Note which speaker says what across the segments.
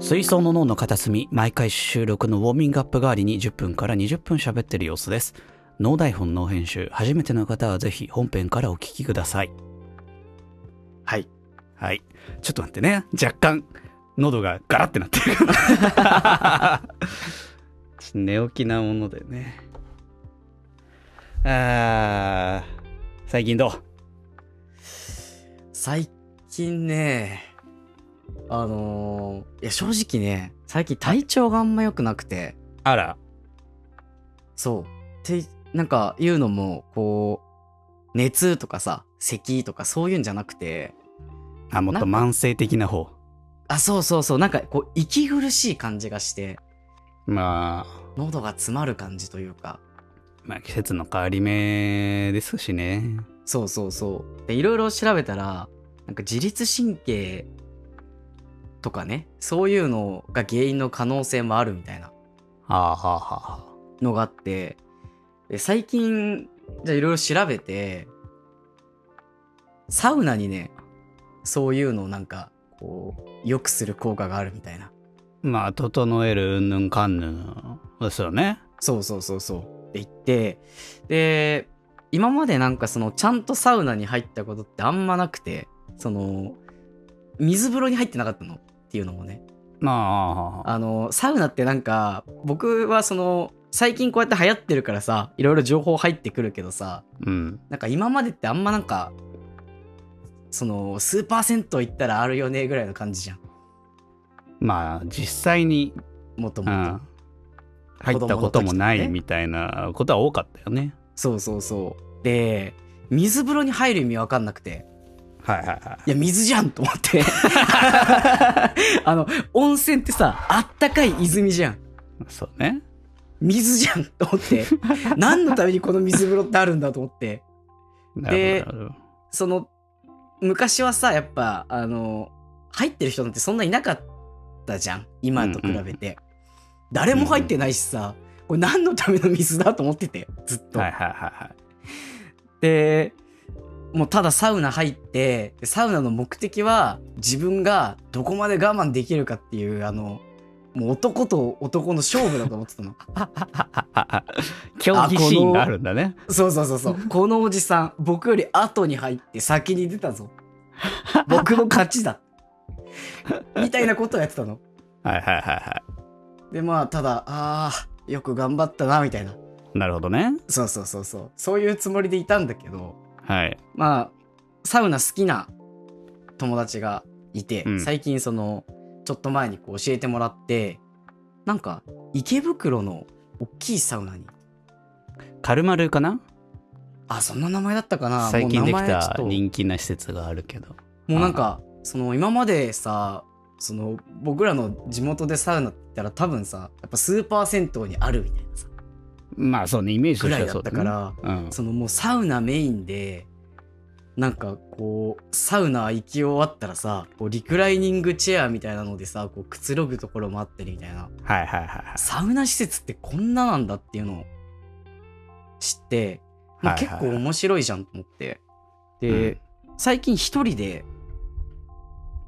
Speaker 1: 水槽の脳の片隅、毎回収録のウォーミングアップ代わりに10分から20分喋ってる様子です。脳台本脳編集、初めての方はぜひ本編からお聞きください。
Speaker 2: はい。
Speaker 1: はい。ちょっと待ってね。若干、喉がガラってなってる。寝起きなものでね。あー、最近どう
Speaker 2: 最近ね、あのーいや正直ね、最近体調があんま良くなくて、
Speaker 1: あら。
Speaker 2: そう。って、なんか言うのも、こう、熱とかさ、咳とかそういうんじゃなくて、
Speaker 1: あ、もっと慢性的な方。
Speaker 2: あ、そうそうそう、なんかこう、息苦しい感じがして、
Speaker 1: ま
Speaker 2: 喉が詰まる感じというか、
Speaker 1: あ、まあ季節の変わり目ですしね。
Speaker 2: そうそうそう。で、いろいろ調べたら、なんか自律神経とかね、そういうのが原因の可能性もあるみたいな
Speaker 1: はあはあはあは
Speaker 2: のがあって、で最近、じゃあいろいろ調べて、サウナにね、そういうのをなんか、こう、良くする効果があるみたいな。
Speaker 1: あ。まあ、整えるうんぬんかんぬんですよね。
Speaker 2: そうそうそうそう。って言って、で、今までなんかその、ちゃんとサウナに入ったことってあんまなくて、その、水風呂に入ってなかったのっていうのもね。
Speaker 1: まあはあはあ、
Speaker 2: あの、サウナってなんか、僕はその、最近こうやって流行ってるからさ、いろいろ情報入ってくるけどさ、
Speaker 1: うん。
Speaker 2: なんか今までってあんまなんか、その、スーパー銭湯行ったらあるよねぐらいの感じじゃん。
Speaker 1: まあ、実際に、
Speaker 2: もと
Speaker 1: う
Speaker 2: もと。
Speaker 1: ん。入ったこともな
Speaker 2: 子供の時とか
Speaker 1: い
Speaker 2: ね
Speaker 1: みたいなことは多かったよね。
Speaker 2: そうそうそう。で、水風呂に入る意味わかんなくて。
Speaker 1: はいはいはい
Speaker 2: や、水じゃんと 思って。あの、温泉ってさ、あったかい泉じゃん。
Speaker 1: い。そうね。
Speaker 2: 水じゃんと思って。何のためにこの水風呂ってあるんだと思って。
Speaker 1: なるほどなるほど。
Speaker 2: その、昔はさ、やっぱ、あの、入ってる人なんてそんないなかったじゃん。今と比べて。誰も入ってないしさ、これ何のための水だと思ってて、ずっと。
Speaker 1: はいはいはいはい。
Speaker 2: でもうただサウナ入ってでサウナの目的は自分がどこまで我慢できるかっていうあのもう男と男の勝負だと思ってたの
Speaker 1: 競技シーンがあるんだね。
Speaker 2: そうそうそうそう このおじさん僕より後に入って先に出た ぞ僕の勝ちだみたいなことをやってたの
Speaker 1: はいはいはいは。
Speaker 2: でまあただあーよく頑張ったなみたいない
Speaker 1: なるほどね。
Speaker 2: そうそうそうそうそういうつもりでいたんだけど
Speaker 1: はい。
Speaker 2: まあサウナ好きな友達がいて、
Speaker 1: うん
Speaker 2: 最近そのちょっと前にこう教えてもらってなんか池袋の大きいサウナに
Speaker 1: カルマルかな
Speaker 2: あそんな名前だったかな
Speaker 1: 最近でき
Speaker 2: もう名前ちょったと
Speaker 1: 人気な施設があるけど。
Speaker 2: もうなんかその今までさその僕らの地元でサウナって言ったら多分さやっぱスーパー銭湯にあるみたいなさ
Speaker 1: まあそうね、イメージと
Speaker 2: ぐ
Speaker 1: し
Speaker 2: ら
Speaker 1: ては
Speaker 2: いだ
Speaker 1: そう
Speaker 2: った
Speaker 1: ね
Speaker 2: から、
Speaker 1: うん、
Speaker 2: そのもうサウナメインでなんかこうサウナ行き終わったらさこうリクライニングチェアみたいなのでさこうくつろぐところもあったりみたいな
Speaker 1: はいはいはいはい。
Speaker 2: サウナ施設ってこんななんだっていうのを知って、まあ
Speaker 1: はいはい
Speaker 2: 結
Speaker 1: はい
Speaker 2: 構面白いじゃんと思ってで、最近一人で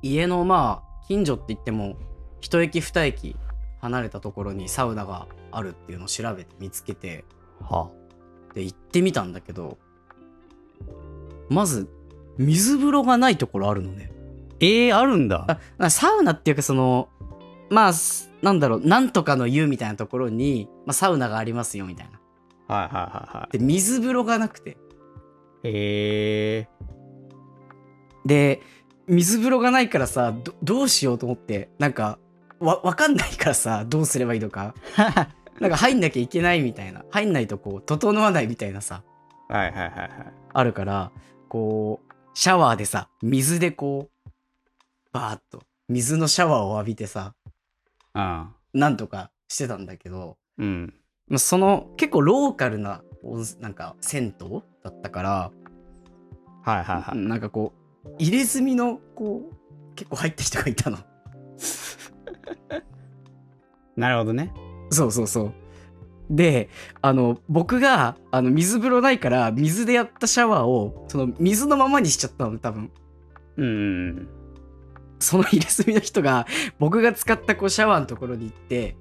Speaker 2: 家のまあ近所って言っても一駅二駅離れたところにサウナがあるっていうのを調べて見つけて、
Speaker 1: は
Speaker 2: で行ってみたんだけどまず水風呂がないところあるのね
Speaker 1: えー、あるんだ。
Speaker 2: あなサウナっていうかそのまあすなんだろうなんとかの湯みたいなところに、まあ、サウナがありますよみたいな
Speaker 1: はいはいはいは
Speaker 2: で水風呂がなくて
Speaker 1: い。え
Speaker 2: で水風呂がないからさどどうしようと思ってなんかわわかんないからさどうすればいいのかなんか入んなきゃいけないみたいな入んないとこう整わないみたいなさ
Speaker 1: ー、はいはいはいはい。
Speaker 2: あるからこうシャワーでさ水でこうバーッと水のシャワーを浴びてさ
Speaker 1: あ
Speaker 2: なんとかしてたんだけど
Speaker 1: ーうん。
Speaker 2: まあその結構ローカルな温泉なんか銭湯だったから、
Speaker 1: はいはいはい。
Speaker 2: なんかこう入れ墨のこう結構入った人がいたの
Speaker 1: なるほどね。
Speaker 2: そうそうそうであの僕があの水風呂ないから水でやったシャワーをその水のままにしちゃったの多分
Speaker 1: うんうんうん。
Speaker 2: その 入れ墨の人が僕が使ったこうシャワーのところに行って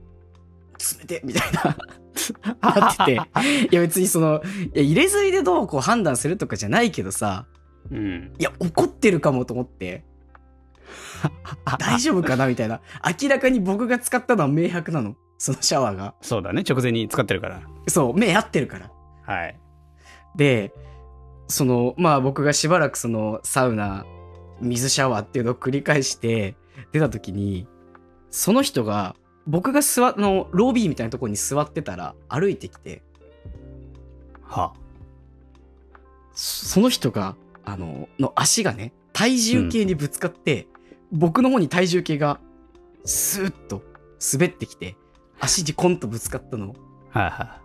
Speaker 2: 冷てえみたいな あってていや別にそのいや入れ墨でどうこう判断するとかじゃないけどさ
Speaker 1: うん。
Speaker 2: いや怒ってるかもと思って大丈夫かなみたいな明らかに僕が使ったのは明白なのそのシャワーが
Speaker 1: そうだね。直前に使ってるから。
Speaker 2: そう目合ってるから
Speaker 1: はい。
Speaker 2: でそのまあ僕がしばらくそのサウナ水シャワーっていうのを繰り返して出た時にその人が僕が座のロビーみたいなところに座ってたら歩いてきて
Speaker 1: は
Speaker 2: そその人があのの足がね体重計にぶつかって、僕の方に体重計がスーッと滑ってきて足にコンとぶつかったの
Speaker 1: あ。はいは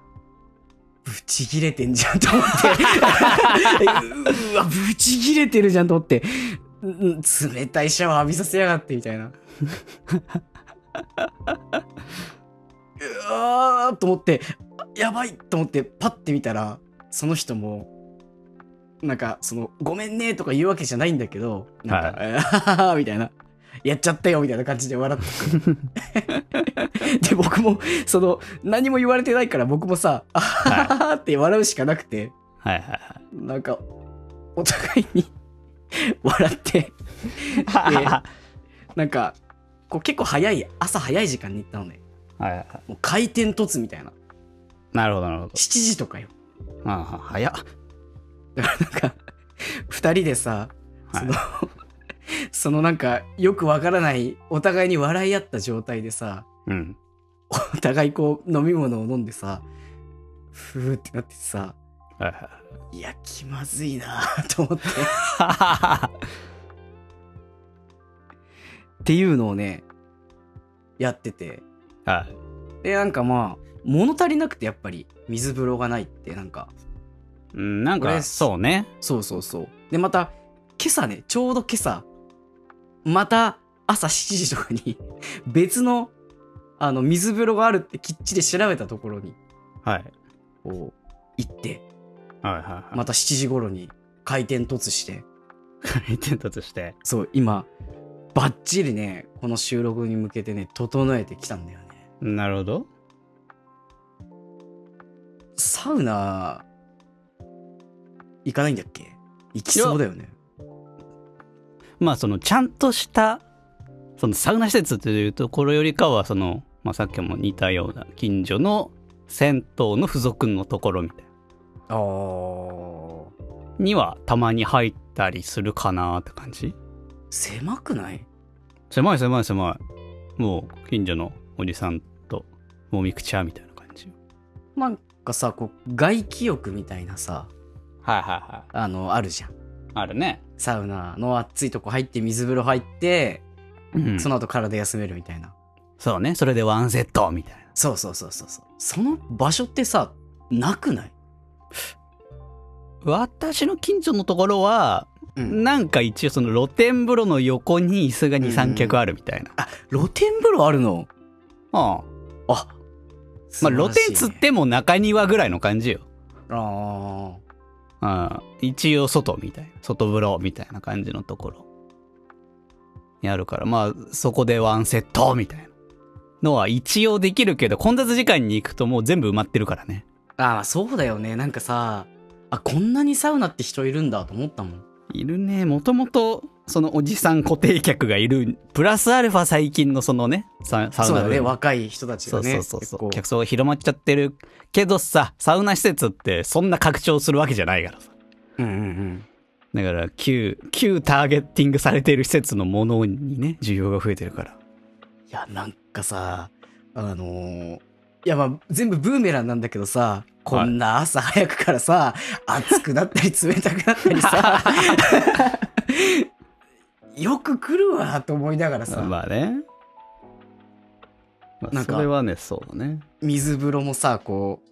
Speaker 2: ブチギレてんじゃんと思 って。ううわ、ブチギレてるじゃんと思って。うん冷たいシャワー浴びさせやがってみたいな。うわーと思って、あやばいと思って、パッて見たら、その人も、なんか、その、ごめんねとか言うわけじゃないんだけど、なんか、えーはははみたいな。やっちゃったよみたいな感じで笑 っててで、僕も、その、何も言われてないから僕もさ、あははははって笑うしかなくて、
Speaker 1: い。はいは
Speaker 2: なんか、お互いに笑って、
Speaker 1: いは
Speaker 2: なんか、こう結構早い、朝早い時間に行ったのね。
Speaker 1: い。はいは
Speaker 2: もう回転突みたいな。
Speaker 1: い。なるほどなるほど。
Speaker 2: 7時とかよ。
Speaker 1: ああ、早っ。
Speaker 2: だからなんか、二人でさ、その、
Speaker 1: は
Speaker 2: そのなんか、よくわからない、お互いに笑い合った状態でさ、
Speaker 1: い。うん。
Speaker 2: お互いこう、飲み物を飲んでさ、ふーってなってさ、
Speaker 1: はいはい。
Speaker 2: いや、気まずいなぁと思って。っていうのをねやってて
Speaker 1: はい。
Speaker 2: でなんかまあ物足りなくてやっぱり水風呂がないってなんか
Speaker 1: うんなん
Speaker 2: こ
Speaker 1: か、
Speaker 2: れ
Speaker 1: そうね。
Speaker 2: そうそうそうでまた今朝ねちょうど今朝また朝7時とかに 別のあの水風呂があるってきっちり調べたところに
Speaker 1: はい。
Speaker 2: こう行って
Speaker 1: はいはい。
Speaker 2: また7時頃に回転突して
Speaker 1: 回 転突して。
Speaker 2: そう今バッチリねこの収録に向けてね整えてきたんだよね
Speaker 1: なるほど。
Speaker 2: サウナ、行かないんだっけ行きそうだよね。
Speaker 1: まあ、その、ちゃんとした、その、サウナ施設というところよりかは、その、まあ、さっきも似たような、近所の銭湯の付属のところみたいな。
Speaker 2: あー。
Speaker 1: にはたまに入ったりするかなって感じ
Speaker 2: 狭くない
Speaker 1: 狭い狭い狭いもう近所のおじさんともみくちゃみたいな感じ
Speaker 2: なんかさ、こう、外気浴みたいなさ、
Speaker 1: はいはいはい
Speaker 2: あの、あるじゃん。
Speaker 1: あるね、
Speaker 2: サウナの暑いとこ入って、水風呂入って、
Speaker 1: うん、
Speaker 2: そ
Speaker 1: そ
Speaker 2: の後体休めるみたいな。
Speaker 1: うねそれでワンセットみたいな
Speaker 2: そうそうそうそうそう。その場所ってさ、なくない
Speaker 1: 私の近所のところは、
Speaker 2: うん。
Speaker 1: なんか一応その露天風呂の横に椅子が
Speaker 2: うん
Speaker 1: 23脚あるみたいな、
Speaker 2: 露天風呂あるの
Speaker 1: ああ
Speaker 2: あ、
Speaker 1: まあ露天つっ
Speaker 2: 素晴らしいね。
Speaker 1: ても中庭ぐらいの感じよ、
Speaker 2: あ
Speaker 1: うん、一応外みたいな外風呂みたいな感じのところにあるからまあそこでワンセットみたいなのは一応できるけど混雑時間に行くともう全部埋まってるからね
Speaker 2: ー。あー、そうだよね。なんかさ、あ、こんなにサウナって人いるんだと思ったもん。
Speaker 1: いるねもともとそのおじさん固定客がいるプラスアルファ最近のそのねササウ
Speaker 2: そう
Speaker 1: ナブー
Speaker 2: だ
Speaker 1: ム
Speaker 2: ね若い人たち
Speaker 1: そ
Speaker 2: が
Speaker 1: う
Speaker 2: ね
Speaker 1: そうそうそう
Speaker 2: 結
Speaker 1: 客層が広まっちゃってるけどさサウナ施設ってそんな拡張するわけじゃないからさ
Speaker 2: 構うんうんうん
Speaker 1: だから旧旧ターゲッティングされている施設のものにね需要が増えてるから
Speaker 2: いやなんかさあのーいやまあ全部ブーメランなんだけどさこんな朝早くからさ、暑くなったり冷たくなったりさ よく来るわと思いながらさ、
Speaker 1: まあね。ま
Speaker 2: な
Speaker 1: あ、
Speaker 2: んか
Speaker 1: それはね、そうだね。
Speaker 2: 水風呂もさこう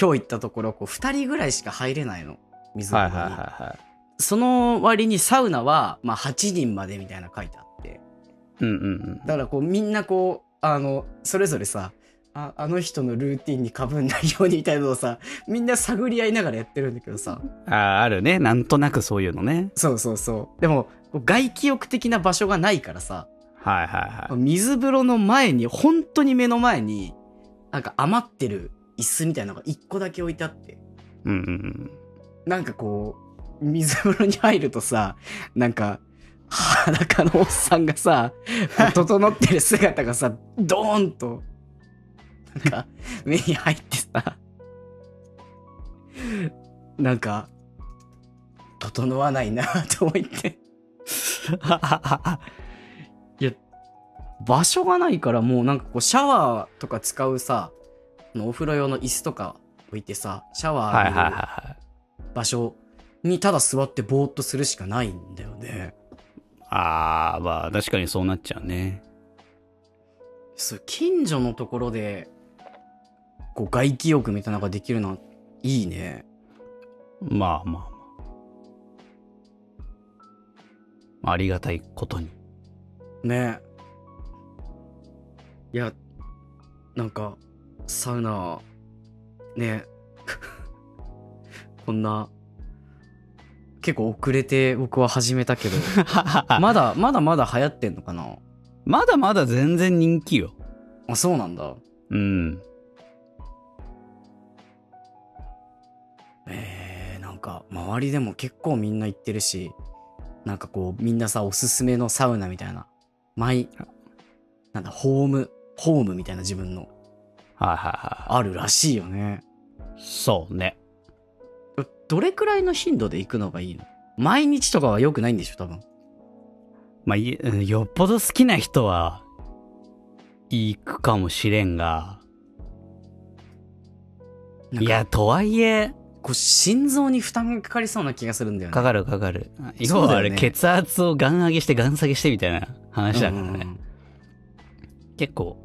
Speaker 2: 今日行ったところこう2人ぐらいしか入れないの水風呂に、
Speaker 1: は
Speaker 2: その割にサウナは、まあ、8人までみたいなの書いてあって
Speaker 1: い。うんうんうん。
Speaker 2: だからこうみんなこうあのそれぞれさああの人のルーティンにかぶんないようにみたいなのをさみんな探り合いながらやってるんだけどさ
Speaker 1: ああ、あるね。なんとなくそういうのね。
Speaker 2: そうそうそうでもこう外気浴的な場所がないからさ
Speaker 1: はいはいは
Speaker 2: 水風呂の前に本当に目の前になんか余ってる椅子みたいなのが一個だけ置いてあって
Speaker 1: い。うんうんうん。
Speaker 2: なんかこう水風呂に入るとさなんか裸のおっさんがさこう整ってる姿がさドーンとなんか目に入ってさなんか整わないなと思って場所がないからもうなんかこうシャワーとか使うさあのお風呂用の椅子とか置いてさシャワ
Speaker 1: はいはい
Speaker 2: ー
Speaker 1: はい
Speaker 2: 浴びる
Speaker 1: は
Speaker 2: 場所にただ座ってぼーっとするしかないんだよね。
Speaker 1: い。ああ、まあ確かにそうなっちゃうね。
Speaker 2: そう近所のところでこう外気浴みたいなのができるのはいいね。
Speaker 1: まあまあまあ。ありがたいこと に。
Speaker 2: ね。いやなんかサウナね こんな結構遅れて僕は始めたけどまだまだまだ流行ってんのかな
Speaker 1: まだまだ全然人気よ。
Speaker 2: あそうなんだ。
Speaker 1: うん。
Speaker 2: えー、なんか周りでも結構みんな行ってるしなんかこうみんなさおすすめのサウナみたいなマイなんだホームホームみたいな自分の
Speaker 1: はいはいは
Speaker 2: あるらしいよね
Speaker 1: い。そうね。
Speaker 2: どれくらいの頻度で行くのがいいの毎日とかは良くないんでしょ多分
Speaker 1: まあ、いうんよっぽど好きな人は、行くかもしれんが、
Speaker 2: なん
Speaker 1: い
Speaker 2: か
Speaker 1: や、とはいえ、
Speaker 2: こう心臓に負担がかかりそうな気がするんだよね
Speaker 1: かかるかかる。要
Speaker 2: そうだ
Speaker 1: は
Speaker 2: よね
Speaker 1: あれ、血圧をガン上げしてガン下げしてみたいな話だからね。
Speaker 2: うんうんうん
Speaker 1: 結構、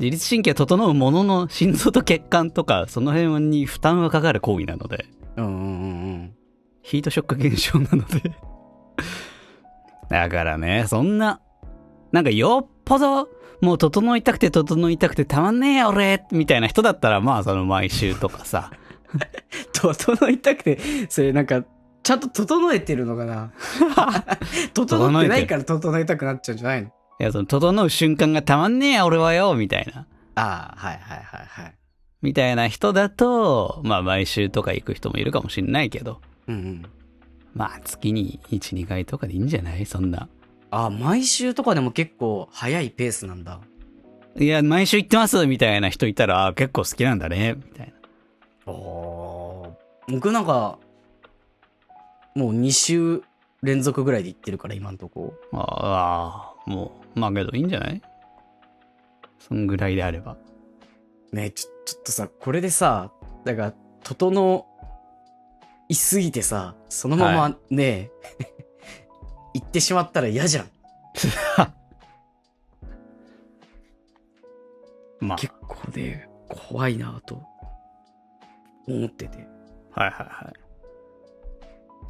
Speaker 1: 自律神経整うものの心臓と血管とか、その辺に負担はかかる行為なので、
Speaker 2: うんうんうんうん
Speaker 1: ヒートショック現象なので。だからね、そんな、なんかよっぽど、もう整いたくて整いたくてたまんねえよ俺みたいな人だったら、まあその毎週とかさ。
Speaker 2: 整いたくて、それなんか、ちゃんと整えてるの かな 整ってないから整いたくなっちゃうんじゃないの
Speaker 1: いや、その整う瞬間がたまんねえよ俺はよみたいな。
Speaker 2: ああ、はいはいはいはい。
Speaker 1: みたいな人だと、まあ毎週とか行く人もいるかもしんないけど、
Speaker 2: うんうん。
Speaker 1: まあ月に1、2回とかでいいんじゃないそんな。
Speaker 2: ああ、毎週とかでも結構早いペースなんだ。
Speaker 1: いや、毎週行ってますみたいな人いたら、あ結構好きなんだね、みたいな。
Speaker 2: ああ。僕なんか、もう2週連続ぐらいで行ってるから、今んとこ。
Speaker 1: ああ、もう、まあけどいいんじゃないそんぐらいであれば。
Speaker 2: ねえちょ、ちょっとさ、これでさ、だから、整いすぎてさ、そのま
Speaker 1: は
Speaker 2: まね、 行ってしまったら嫌じゃん。
Speaker 1: まあ、
Speaker 2: 結構ね怖いなと思ってて
Speaker 1: はいはいは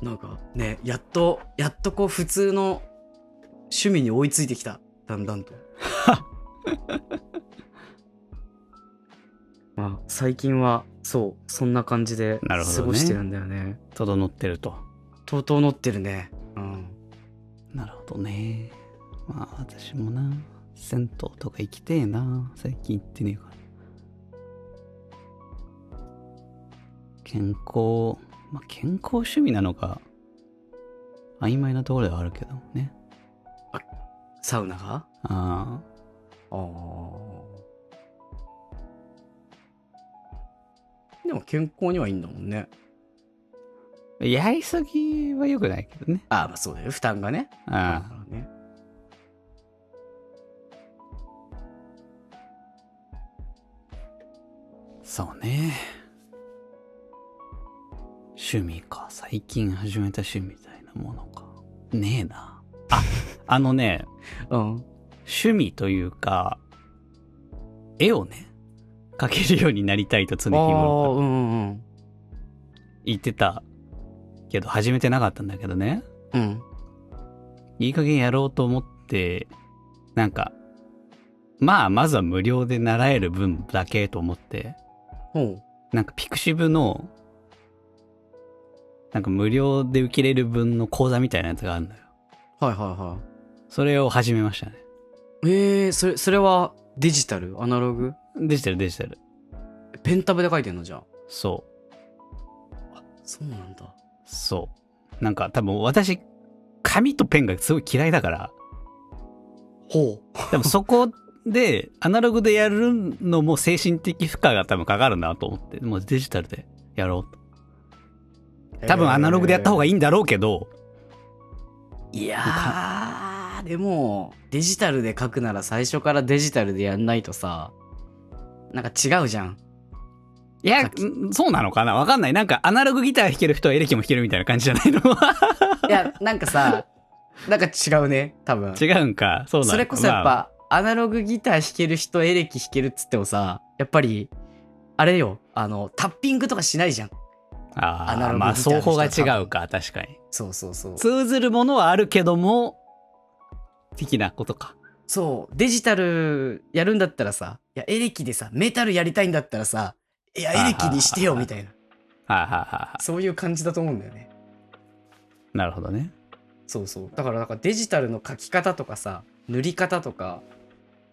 Speaker 1: い。
Speaker 2: なんかねやっとやっとこう普通の趣味に追いついてきただんだ んとまあ最近はそうそんな感じで
Speaker 1: なるほどね
Speaker 2: 過ごしてるんだよね
Speaker 1: 整ってると。
Speaker 2: とうとう乗ってるねうん
Speaker 1: なるほどね。まあ私もな、銭湯とか行きてえな。最近行ってねえから。健康、まあ健康趣味なのか、曖昧なところではあるけどね。
Speaker 2: サウナが
Speaker 1: ああ、
Speaker 2: ああでも健康にはいいんだもんね
Speaker 1: やりすぎは良くないけどね。
Speaker 2: ああまあそうだよ負担がね
Speaker 1: ああ。
Speaker 2: ね。
Speaker 1: そうね。趣味か。最近始めた趣味みたいなものか。ねえな。あ、あのね、
Speaker 2: うん。
Speaker 1: 趣味というか、絵をね、描けるようになりたいと常日
Speaker 2: ああ、
Speaker 1: 頃
Speaker 2: うんうん
Speaker 1: から言ってたけど、始めてなかったんだけどね。
Speaker 2: うん。うん。
Speaker 1: いい加減やろうと思って、なんか、まあ、まずは無料で習える分だけと思って、
Speaker 2: ほう。
Speaker 1: なんかピクシブの、なんか無料で受けれる分の講座みたいなやつがあるのよ。
Speaker 2: はいはいは
Speaker 1: それを始めましたね。
Speaker 2: い。えー、それ、それはデジタルアナログ
Speaker 1: デジタルデジタル。
Speaker 2: ペンタブで書いてんのじゃあ。
Speaker 1: そう。
Speaker 2: そうなんだ。
Speaker 1: そう。なんか多分私、紙とペンがすごい嫌いだから、
Speaker 2: ほ
Speaker 1: 多分そこで、アナログでやるのも精神的負荷が多分かかるなと思って、もうデジタルでやろう
Speaker 2: う
Speaker 1: と。多分アナログでやった方が
Speaker 2: い
Speaker 1: いいんだろうけど、
Speaker 2: い。いやー、でも、デジタルで書くなら最初からデジタルでやんないとさ、なんか違うじ ゃん。
Speaker 1: いや
Speaker 2: さっき、
Speaker 1: んそうなのかなわかんない。なんかアナログギター弾ける人はエレキも弾けるみたいな感じじゃないの
Speaker 2: いや、なんかさ、なんか違うね、多分。
Speaker 1: 違うんか。そうなの
Speaker 2: それこそやっ
Speaker 1: まあ
Speaker 2: ぱ、アナログギター弾ける人、エレキ弾けるっつってもさ、やっぱり、あれよ、あの、タッピングとかしないじゃん。
Speaker 1: あー
Speaker 2: アナログギター
Speaker 1: まあ、
Speaker 2: の人は
Speaker 1: 奏法が違うか。確かに。
Speaker 2: そうそうそう。
Speaker 1: 通ずるものはあるけども、的なことか。
Speaker 2: そう、デジタルやるんだったらさ、いや、エレキでさ、メタルやりたいんだったらさ、いや、エレキにしてよ、みたいな。
Speaker 1: はいはいはいは
Speaker 2: そういう感じだと思うんだよね。
Speaker 1: い。なるほどね。
Speaker 2: そうそう。だから、なんかデジタルの書き方とかさ、塗り方とか、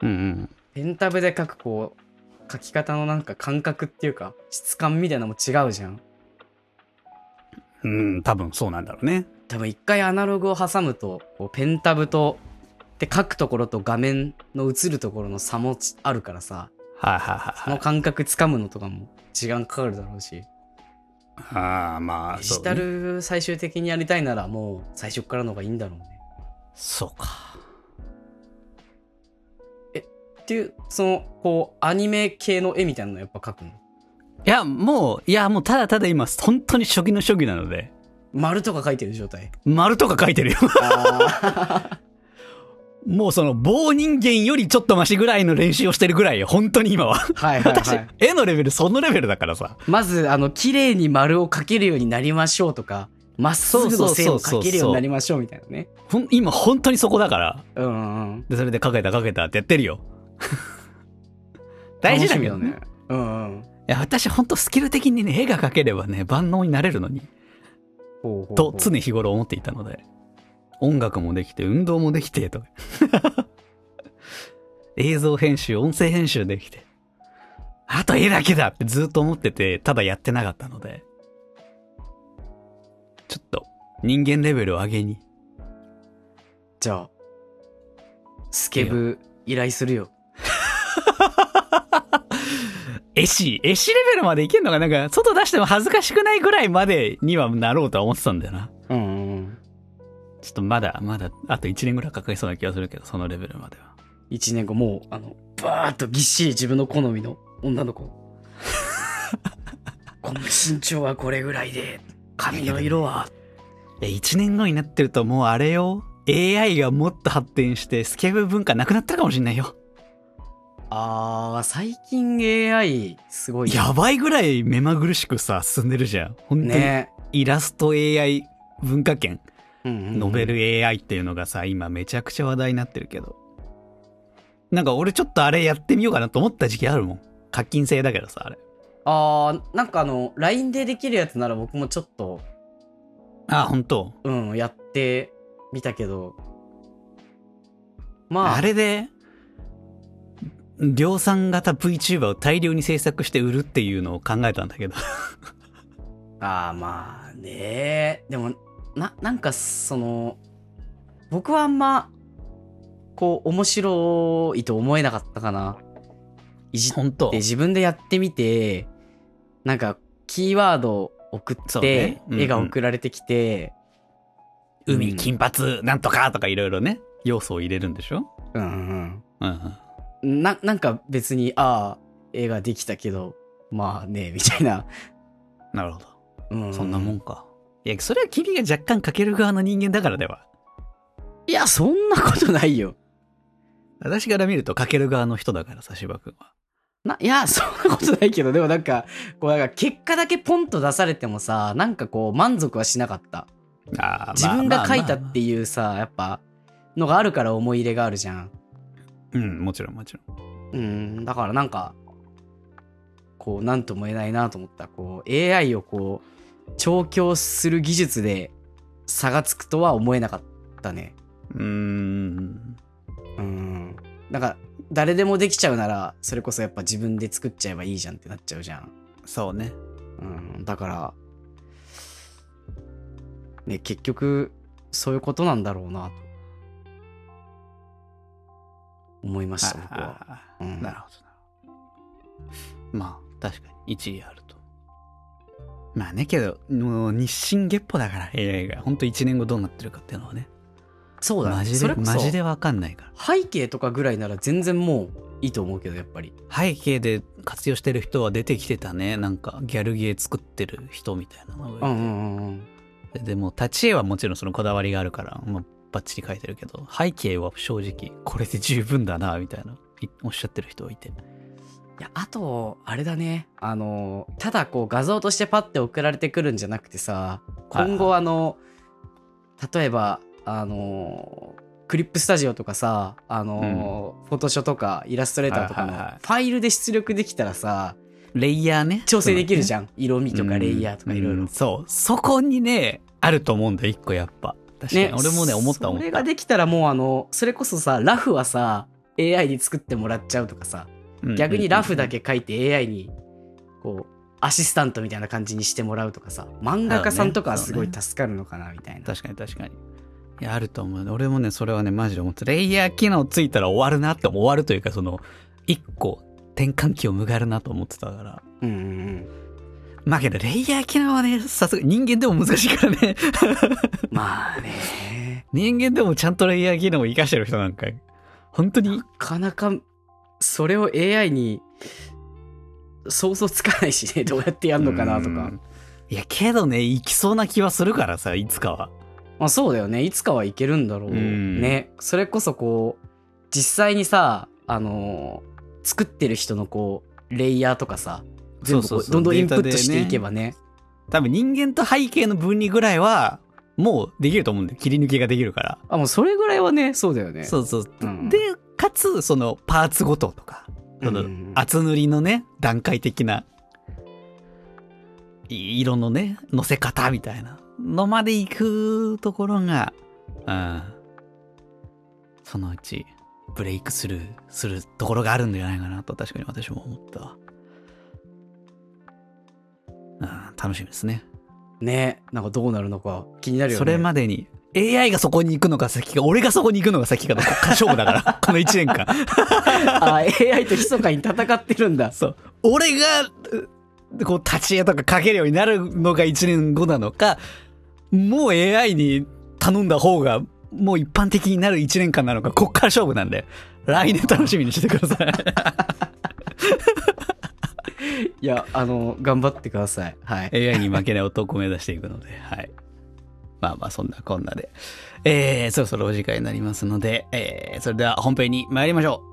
Speaker 1: うんうん。
Speaker 2: ペンタブで書くこう、書き方のなんか感覚っていうか、質感みたいなのも違うじゃん。
Speaker 1: うん、多分そうなんだろうね。
Speaker 2: 多分一回アナログを挟むとこうペンタブとで書くところと画面の映るところの差もちあるからさ
Speaker 1: はいはい
Speaker 2: そ
Speaker 1: はい
Speaker 2: の感覚つかむのとかも時間かかるだろうし
Speaker 1: はい。ああ、まあ、
Speaker 2: デ
Speaker 1: そうね
Speaker 2: ジタル最終的にやりたいならもう最初からの方がいいんだろうね
Speaker 1: そうか。
Speaker 2: っていうそのこうアニメ系の絵みたいなのやっぱ描くの
Speaker 1: いや、もう、いや、もうただただ今、本当に初期の初期なので、
Speaker 2: 丸とか描いてる状態
Speaker 1: 丸とか書いてるよ。
Speaker 2: あ
Speaker 1: もうその、棒人間よりちょっとマシぐらいの練習をしてるぐらいよ。本当に今は。
Speaker 2: ー はいはい、は
Speaker 1: 私
Speaker 2: い、、
Speaker 1: 絵のレベル、そのレベルだからさ。
Speaker 2: まずあの綺麗に丸を描けるようになりましょうとかまっすぐの線を描けるようになりましょうみたいなね
Speaker 1: ほん今、本当にそこだから。
Speaker 2: うんうんうん
Speaker 1: で、それで書けた書けたってやってるよ。大事だけどね。
Speaker 2: 楽しみだねうんうん
Speaker 1: いや、私、本当スキル的にね、絵が描ければね、万能になれるのに。
Speaker 2: ほうほうほ
Speaker 1: と
Speaker 2: う
Speaker 1: 常日頃思っていたので、音楽もできて、運動もできて、と か。映像編集、音声編集できて。あと絵だけだってずっと思ってて、ただやってなかったので。ちょっと、人間レベルを上げに。
Speaker 2: じゃあスケブ依頼するよ
Speaker 1: 絵師、絵師レベルまでいけんのかなんか、外出しても恥ずかしくないぐらいまでにはなろうとは思ってたんだよな。
Speaker 2: うんうんうん
Speaker 1: ちょっとまだ、まだ、あと1年ぐらいかかりそうな気がするけど、そのレベルまでは。
Speaker 2: 1年後もうあのバーッとぎっしり自分の好みの女の子 この身長はこれぐらいで髪の色はい
Speaker 1: や、1年後になってるともうあれよ。AI がもっと発展してスケブ文化なくなったかもしんないよ。
Speaker 2: あー最近 AI すごいよ
Speaker 1: やばいぐらい目まぐるしくさ、進んでるじゃん。本当に。
Speaker 2: ね
Speaker 1: イラスト AI 文化圏、
Speaker 2: うんうん
Speaker 1: ノベル AI っていうのがさ、今めちゃくちゃ話題になってるけど。なんか俺ちょっとあれやってみようかなと思った時期あるもん。課金制だけどさ、あれ。
Speaker 2: あーなんかあの LINE でできるやつなら僕もちょっと
Speaker 1: あ、本当
Speaker 2: うんやってみたけどまあ
Speaker 1: あれで、量産型 VTuber を大量に制作して売るっていうのを考えたんだけど。
Speaker 2: ああまあねでもななんかその僕はあんまこう面白いと思えなかったかないじっ
Speaker 1: 本当
Speaker 2: て自分でやってみてなんかキーワード送っ
Speaker 1: そう
Speaker 2: て、
Speaker 1: ねうんうん
Speaker 2: 絵が送られてきてう
Speaker 1: 海、
Speaker 2: ん
Speaker 1: 金髪、なんとかとかいろいろね、要素を入れるんでしょ
Speaker 2: うん
Speaker 1: うん。
Speaker 2: うんななんか別にああ絵ができたけどまあねみたいな、
Speaker 1: なるほ
Speaker 2: う
Speaker 1: ど。
Speaker 2: ん、
Speaker 1: そんなもんか。いや、それは君が若干かける側の人間だからでは。
Speaker 2: いやそんなことないよ
Speaker 1: 私から見るとかける側の人だからさ、芝君は。
Speaker 2: ない や、そんなことないけど、でもなんか、こうなんか結果だけポンと出されてもさ、なんかこう満足はしなかった。
Speaker 1: あー
Speaker 2: 自分が書いたって
Speaker 1: い
Speaker 2: いうさ、やっぱ、のがあるから思い入れがあるじゃん。
Speaker 1: う。うん、もちろんもちろん。
Speaker 2: うん、だからなんか、こう、なんとも言えないなと思った。こう、AI をこう、調教する技術で差がつくとは思えなかったね。
Speaker 1: うーん。
Speaker 2: うん。なんか、誰でもできちゃうなら、それこそやっぱ自分で作っちゃえばいいじゃんってなっちゃうじゃん。
Speaker 1: そうね。
Speaker 2: うん、だから、ね、結局、そういうことなんだろうな、と思いました、僕は。
Speaker 1: あ
Speaker 2: う
Speaker 1: あ
Speaker 2: ん
Speaker 1: なるほどなるほど。まあ、確かに1位あると。まあね、けど、もう日進月歩だから、AI が。ほんと1年後どうなってるかっていうのはね。
Speaker 2: そうだね、
Speaker 1: マジ
Speaker 2: そ
Speaker 1: で、
Speaker 2: れこ
Speaker 1: マ
Speaker 2: そ
Speaker 1: ジでわかんないから。
Speaker 2: 背景とかぐらいなら全然もういいと思うけどやっぱり
Speaker 1: 背景で活用してる人は出てきてたね。なんか、ギャルゲー作ってる人みたいなの
Speaker 2: う
Speaker 1: が
Speaker 2: んうんうんうん
Speaker 1: ででも、立ち絵はもちろんそのこだわりがあるから、もうバッチリ描いてるけど、背景は正直、これで十分だな、みたいな、いおっしゃってる人いて。
Speaker 2: いやあとあれだねあのただこう画像としてパッて送られてくるんじゃなくてさ
Speaker 1: はい
Speaker 2: 今後あの、例えばあのクリップスタジオとかさあの、フォトショとかイラストレーターとか
Speaker 1: は
Speaker 2: の
Speaker 1: いはいはい
Speaker 2: ファイルで出力できたらさ
Speaker 1: レイヤーね。
Speaker 2: 調整できるじ
Speaker 1: ゃん
Speaker 2: ゃん色味とかレイヤーとかいろいろ
Speaker 1: そう。そこにね、あると思うんだよ、一個やっぱ。確かに。俺もね、思った思
Speaker 2: そ
Speaker 1: っ
Speaker 2: れ
Speaker 1: た
Speaker 2: が。できたらもうあのそれこそさラフはさ AI に作ってもらっちゃうとかさ
Speaker 1: うん
Speaker 2: 逆にラフだ。け書いて AI にこうアシスタントみたいな感じにしてもらうとかさ漫画家さんとかはすごい助かるのかなみたいな、
Speaker 1: 確かに確かに。いや、あると思う。俺もね、それはね、マジで思って。レイヤー機能ついたら終わるなって思う終わるというか、その、一個、転換期を迎えるなと思ってたから。
Speaker 2: うんうん
Speaker 1: まあけど、レイヤー機能はね、さすが人間でも難しいからね。
Speaker 2: うんまあね
Speaker 1: 人間でもちゃんとレイヤー機能を活かしてる人なんか、本当に
Speaker 2: な、かなかそれを AI に想像つかない しねどうやってやるのかなと
Speaker 1: う
Speaker 2: か
Speaker 1: ん。いや、けどね、行きそうな気はするからさ、いつかは。
Speaker 2: まあそうだよねいつかはいけるんだろう
Speaker 1: うん
Speaker 2: ねそれこそこう実際にさあのー作ってる人のこうレイヤーとかさ全部こ
Speaker 1: そうそう
Speaker 2: う
Speaker 1: そう
Speaker 2: どんどんインプッ
Speaker 1: データでね
Speaker 2: トしていけばね
Speaker 1: 多分人間と背景の分離ぐらいは、もうできると思うんだよ。切り抜けができるから。
Speaker 2: あもうそれぐらいはねそうだよね
Speaker 1: そうそう。
Speaker 2: うん
Speaker 1: で、かつ、その、パーツごととか、そ
Speaker 2: うんうん
Speaker 1: の
Speaker 2: うん、
Speaker 1: 厚塗りのね、段階的な、い色のね、乗せ方みたいなのまで行くところが、うん。そのうち、ブレイクスルーするところがあるんじゃないかなと、確かに私も思ったわ。うん、楽しみですね。
Speaker 2: ねなんかどうなるのか気になるよね
Speaker 1: それまでに AI がそこに行くのが先か俺がそこに行くのが先かのこっから勝負だから この1年間
Speaker 2: あ AI と密かに戦ってるんだ
Speaker 1: そう俺がうこう立ち絵とか描けるようになるのが1年後なのかもう AI に頼んだ方がもう一般的になる1年間なのかこっから勝負なんで来年楽しみにしてくだ さい
Speaker 2: いやあの頑張ってくださいはい
Speaker 1: AI に負けない男を目指していくのではいまあまあそんなこんなで、えー、そろそろお時間になりますので、えー、それでは本編に参りましょう